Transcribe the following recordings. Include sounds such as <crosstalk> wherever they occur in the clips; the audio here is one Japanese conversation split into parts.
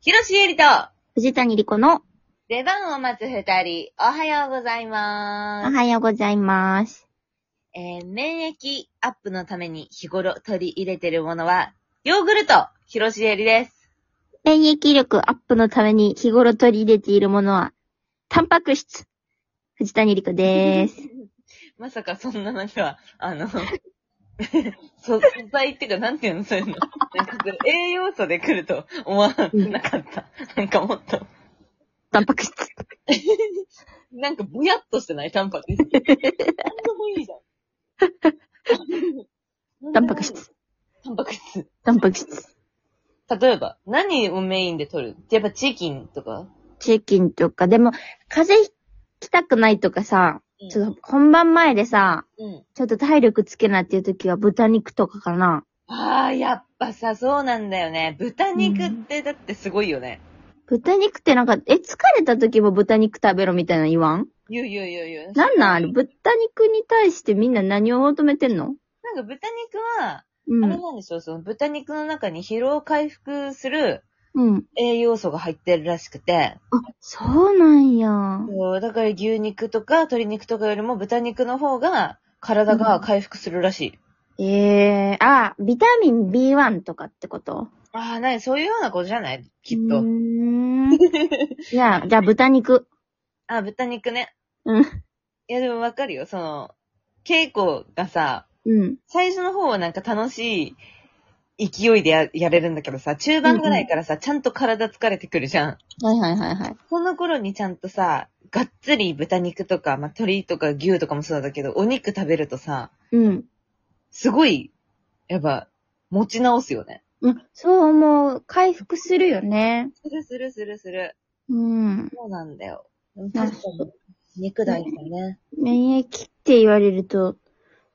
広ロシエリと、藤谷莉子の出番を待つ二人、おはようございおまはようございます。す。えー、免疫アップのために日頃取り入れてるものは、ヨーグルト、広ロシエリです。免疫力アップのために日頃取り入れているものは、タンパク質。藤谷莉子です。まさかそんななんか、あの、 <laughs> 素材っていうか、なんていうの、そういうの。なんかそれ栄養素で来ると思わなかった。なんかもっと、タンパク質。なんかぼやっとしてない、タンパ <laughs> ク質。なんでもいいじゃん。タンパク。質。タンパク質。タンパク質。例えば、何をメインで取るやっぱチキンとかチキンとか、でも、風邪ひきたくないとかさ、ちょっと本番前でさ、うん。ちょっと体力つけなっていう時は豚肉とかかな。ああ、やっぱさ、そうなんだよね。豚肉ってだってすごいよね。豚肉ってなんか、え、疲れた時も豚肉食べろみたいなの言わん言う言う言う言う。なんなんあれ、豚肉に対してみんな何を求めてんのなんか豚肉は、うあれん。なんでしょう、その豚肉の中に疲労回復するうん。栄養素が入ってるらしくて、そうなんや。そうだから牛肉とか鶏肉とかよりも豚肉の方が体が回復するらしい。ええあ、ビタミン B1 とかってことああ、なに、そういうようなことじゃないきっうと。ーん。 <laughs> いや、じゃあ豚肉。あ、豚肉ね。うんいや、でもわかるよ。その、稽古がさ、うん。最初の方はなんか楽しい勢いでややれるんだけどさ、中盤ぐらいからさ、ちゃんと体疲れてくるじゃん。はいはいはいはい。その頃にちゃんとさ、がっつり豚肉とか、まあ、鶏とか牛とかもそうだけど、お肉食べるとさ、うん。すごい、やっぱ、持ち直すよね。うんそう思う。回復するよね。するするするする。うん。そうなんだよ。な確るかほどに。肉大事だね。免疫って言われると、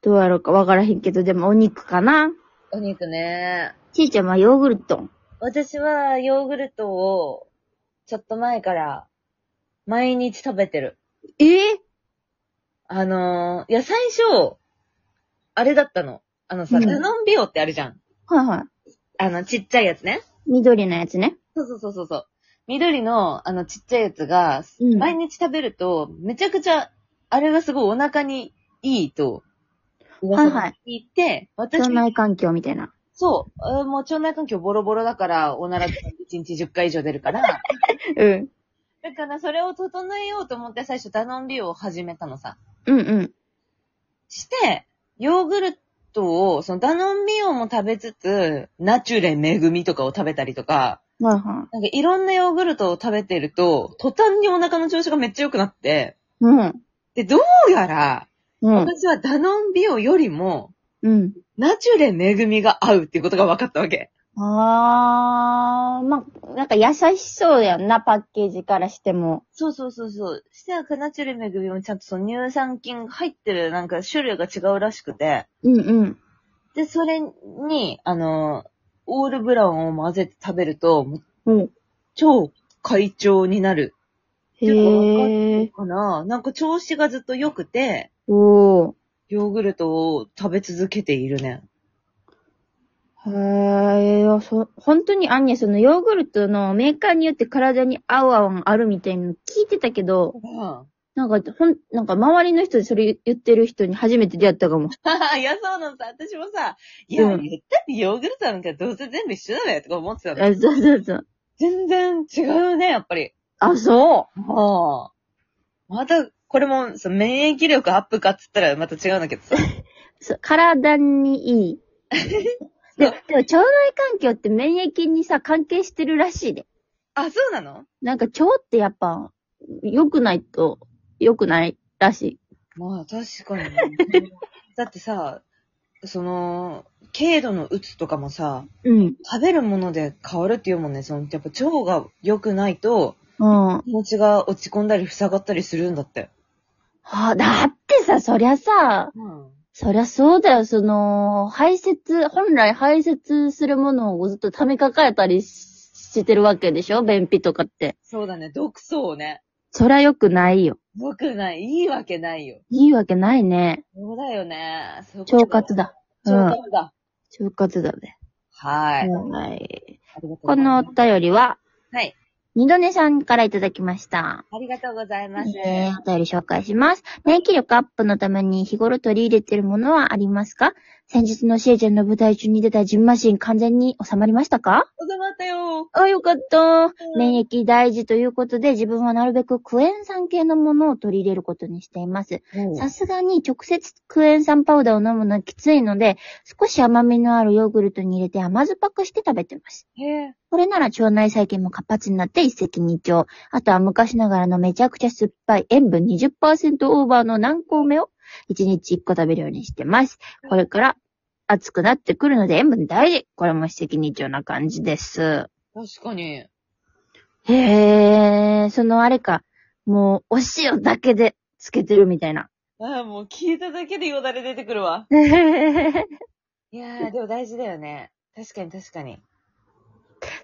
どうやろうかわからへんけど、でもお肉かな。お肉ね。ちいちゃんはヨーグルト。私はヨーグルトを、ちょっと前から、毎日食べてる。ええあのー、いや、最初、あれだったの。あのさ、うんダノンビオってあるじゃん。はいはい。あの、ちっちゃいやつね。緑のやつね。そうそうそうそうそう。緑の、あの、ちっちゃいやつが、うん毎日食べると、めちゃくちゃ、あれがすごいお腹にいいと、噂はいはが聞いて、私腸も内環境みたいな。そう、あーもう腸内環境ボロボロだから、おなら1日10回以上出るから、うん。だからそれを整えようと思って最初ダノンビオを始めたのさ。うんうん。して、ヨーグルトを、そのダノンビオも食べつつ、ナチュレめぐみとかを食べたりとか、はいはなんかいろんなヨーグルトを食べてると、途端にお腹の調子がめっちゃ良くなって、い。うん。で、どうやら、うん。私はダノンビオよりも、うん。ナチュレめぐみが合うっていうことが分かったわけ。あー、まあ、なんか優しそうやんな、パッケージからしても。そうそうそうそう。してなんかナチュレめぐみもちゃんとその乳酸菌が入ってるなんか種類が違うらしくて、うんうん。で、それに、あの、オールブラウンを混ぜて食べると、もううん。超快調になる。へー。かななんか調子がずっと良くて、おー。ヨーグルトを食べ続けている <laughs> ね。へー、そ、本当にアンニャ、そのヨーグルトのメーカーによって体に合う合わんあるみたいなの聞いてたけど、うん。はなんか、ほん、なんか周りの人でそれ言ってる人に初めて出会ったかも。 <laughs> はいや、そうなのさ、私もさ、いや、うん言ったってヨーグルトなんかどうせ全部一緒だよとか思ってたの。あ、そうそうそう。全然違うね、やっぱり。あ、そはあ。また、これも、そう免疫力アップかっつったらまた違うんだけどさ。う。そう体に <laughs> いい。でそうも、でも腸内環境って免疫にさ、関係してるらしいで。 <laughs> あ、そうなのなんか腸ってやっぱ、良くないと、良くないらしい。まあ、確かにね。 <laughs> だってさ、その、軽度のうつとかもさ、うん。食べるもので変わるっていうもんね。その、やっぱ腸が良くないと、うん。気持ちが落ち込んだり塞がったりするんだって。あ、だってさ、そりゃさ、うん。そりゃそうだよ、その、排泄、本来排泄するものをずっと溜め抱えたりししてるわけでしょ便秘とかって。そうだね、毒素をね。そりゃ良くないよ。良くない。いいわけないよ。いいわけないね。そうだよね。そういうこと腸活。だ。うん。腸腸活だ。活だね。はい。ありはい。がとうございますこのお便りは、はい。二度寝さんからいただきました。ありがとうございます。えー、お便り紹介します。免疫力アップのために日頃取り入れているものはありますか先日のシエちゃんの舞台中に出たジンマシン完全に収まりましたかおざまったよ。あ、よかった。免疫大事ということで、自分はなるべくクエン酸系のものを取り入れることにしています。さすがに直接クエン酸パウダーを飲むのはきついので、少し甘みのあるヨーグルトに入れて甘酸っぱくして食べてます。へえ。これなら腸内細菌も活発になって一石二鳥。あとは昔ながらのめちゃくちゃ酸っぱい塩分20%オーバーの軟膏目を1日1個食べるようにしてます。これから暑くなってくるので塩分大事。これも一石二鳥な感じです。確かに。へえ、そのあれか、もうお塩だけでつけてるみた <laughs> いな。ああ、もう聞いただけでよだれ出てくるわ。いやー、でも大事だよね。確かに確かに。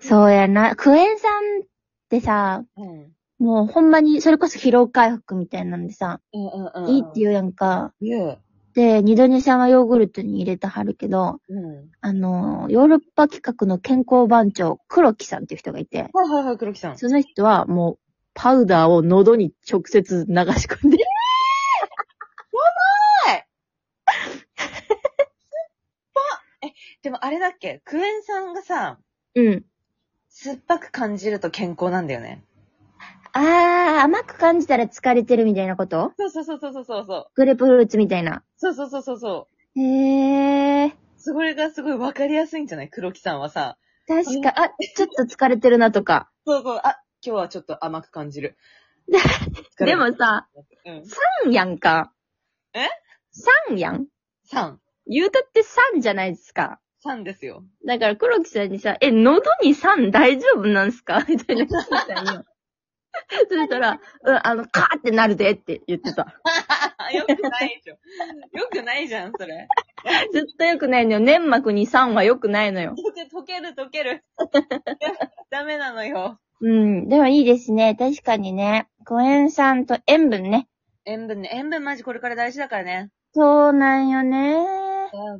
そうやな。クエン酸ってさ、うん。うんもうほんまにそれこそ疲労回復みたいなんでさ、うんうん。いいっていう。言うやんか。言う。で、二度寝さんはヨーグルトに入れてはるけど、うん。あの、ヨーロッパ企画の健康番長、黒木さんっていう人がいて、はいはいはい、黒木さん。その人はもう、パウダーを喉に直接流し込んで。でもあれだっけクエン酸がさ、うん。酸っぱく感じると健康なんだよね。あー、甘く感じたら疲れてるみたいなことそうそうそうそうそうそうそう。グレープフルーツみたいな。そうそうそうそうそへー。う。それがすごいわかりやすいんじゃない黒木さんはさ。確か、あ、ちょっと疲れてるなとか。そうそう、あ、今日はちょっと甘く感じ <laughs> る。でもさ、うん。酸やんか。え酸やん酸。言うたって酸じゃないですか。酸ですよ。 <laughs> だから黒木さんにさ、え、喉に酸大丈夫なんすかみたいな聞いたんよ。そしたら、うん、あの、カーってなるでって言ってた。よくないでしょ。よくないじゃん、それ。絶対良くないのよ。粘膜に酸は良くないのよ。溶け、溶ける、溶 <laughs> ける。いやダメなのよ。うん。でもいいですね。確かにね。コエン酸と塩分ね。塩分ね、塩分マジこれから大事だからね。そうなんよね。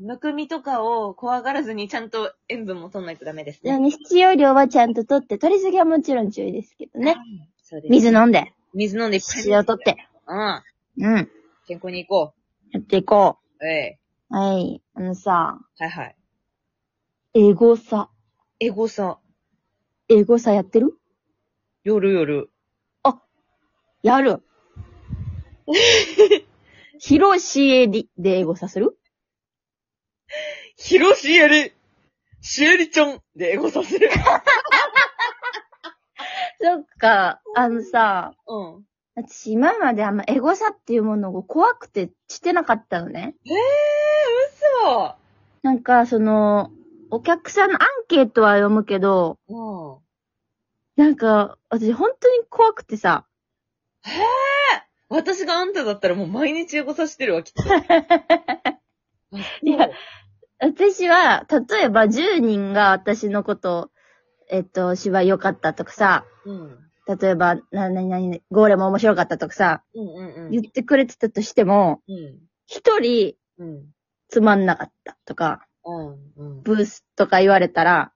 むくみとかを怖がらずにちゃんと塩分も取んないとダメですね。ね必要量はちゃんと取って、取りすぎはもちろん注意ですけどね。そうです。水飲んで、水飲んでいっぱい飲んで塩取って。うん。うん。健康に行こやっていこう。えう。はい。あのさ、い。はいはい。エゴサ。エゴサ。エゴサやってる夜夜。や <laughs> る。広しえりでエゴサするヒロシエリシエリちゃんでエゴサ <laughs> する。そっか、あのさ、うん。私今まであんまエゴサっていうものを怖くてしてなかったのね。ええー、なんか、その、お客さんのアンケートは読むけど、嘘。なんか、私本当に怖くてさ、 <laughs> うん。私があんただったらもう毎日エゴサしてるわ、きっと。あいや、私は、例えば10人が私のこと、えっと、芝居良かったとかさ、そううん。例えば、な、なになに、ゴーレも面白かったとかさ、うんうんうん言。ってくれてたとしても、うん。一人うん。つまんなかったとか、うん。うん。ブースとか言われたら、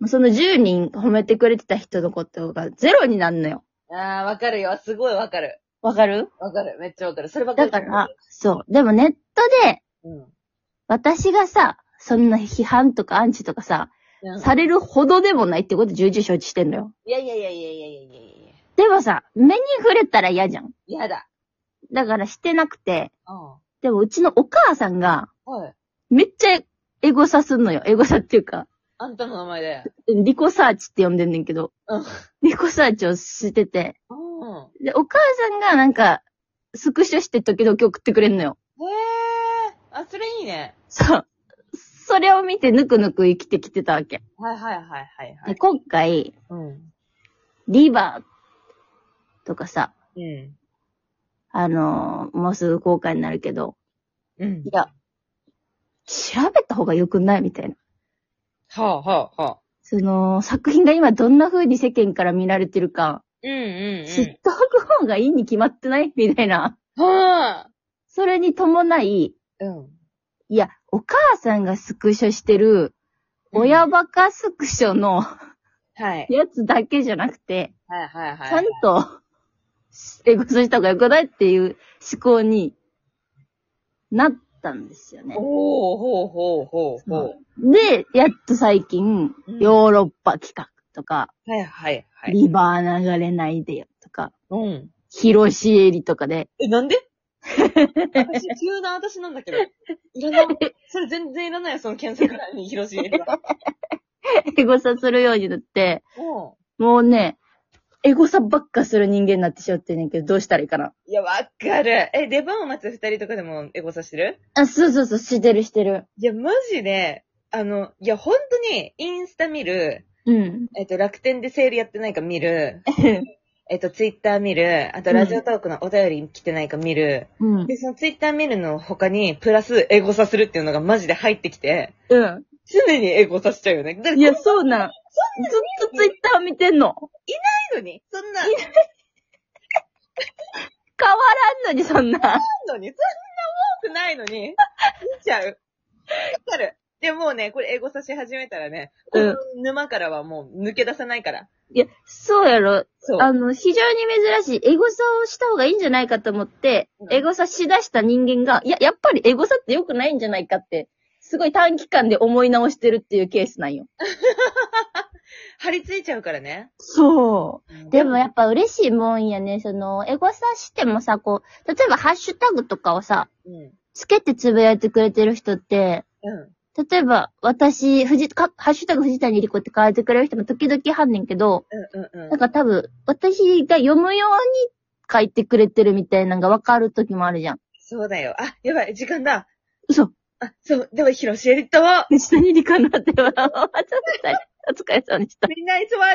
うその10人褒めてくれてた人のことがゼロになるのよ。ん。ああ、わかるよ。すごいわかる。わかるわかる。めっちゃわかる。そればっかだり。から、、そう。でもネットで、うん。私がさ、そんな批判とかアンチとかうんさ、されるほどでもないってこと重々承知してんのよ。いやいやいやいやいやいやいやいでもさ、目に触れたら嫌じゃん。や。やだ。だからしてなくて、うでもうちのお母さんが、ん。はい。めっちゃエゴサすんのよ。エゴサっていうか、あんたの名前で。リコサーチって呼んでんねんけど、うんリコサーチをしてて、うん。へで、お母さんがなんか、スクショして時々送ってくれんのよ。え。あ、それいいね。そう。それを見てぬくぬく生きてきてたわけ。はいはいはいはいはで、い。今回、うん。リバーとかさ、うん。あのーもうすぐ公開になるけど、うんいや、調べた方が良くないみたいな。はあはあはあ。その、作品が今どんな風に世間から見られてるか、うんうん知っておく方がいいに決まってないみたいな。うん。はあ。それに伴い、うん。いや、お母さんがスクショしてる、親バカスクショのはい。やつだけじゃなくて、はいはいはい。ちゃんと、エゴスした方がよくないっていう思考になったんですよね。おー、ほうほうほうほう。で、やっと最近、うんヨーロッパ企画とか、はいはいはい。リバー流れないでよとか、うん。広しえりとかで、 <laughs> え、なん <laughs> で私、急な私なんだけど。いらない。それ全然いらないよ、その検索欄に <laughs> 広重が。エゴサするようになって、ももうね、エゴサばっかする人間になってしようってんねんけど、どうしたらいいかな。う。いや、わかる。え、出番を待つ二人とかでもエゴサしてるあ、そうそうそう、してるしてる。いや、マジで、あの、いや、本当に、インスタ見る、うん。えっと、楽天でセールやってないか見る、えっと、ツイッター見る、あと、ラジオトークのお便り来てないか見る、うん。で、そのツイッター見るの他に、プラスエゴサするっていうのがマジで入ってきて、う常にエゴサしちゃうよね。だからん。いや、そうなん。ずっとツイッター見てんの。のに、そんな、い変わらんのに、そんな。のに、そんな多くないのに、見ちゃう。わかる。でもうね、これエゴサし始めたらね、こうんの沼からはもう抜け出さないから。いや、そうやろ。そう。あの、非常に珍しい。エゴサをした方がいいんじゃないかと思ってう、んエゴサしだした人間が、いや、やっぱりエゴサって良くないんじゃないかって、すごい短期間で思い直してるっていうケースなんよ。張り付いちゃうからね。そう。でもやっっぱ嬉しいもんやね。その、エゴサしてもさ、こう、例えばハッシュタグとかをさ、うん。うん。つけてつぶやいてくれてる人って、例えば、私、藤、か、ハッシュタグ藤谷理子って変えてくれる人も時々はんねんけど、うんうんうん。なんか多分、私が読むように書いてくれてるみたいなのがわかる時もあるじゃん。そうだよ。あ、やばい、時間だ。嘘。あ、そう、でも、広ロシエリと、 <laughs> 藤谷理子になって笑わちゃった。お疲れ様でした。みんないつもありがとう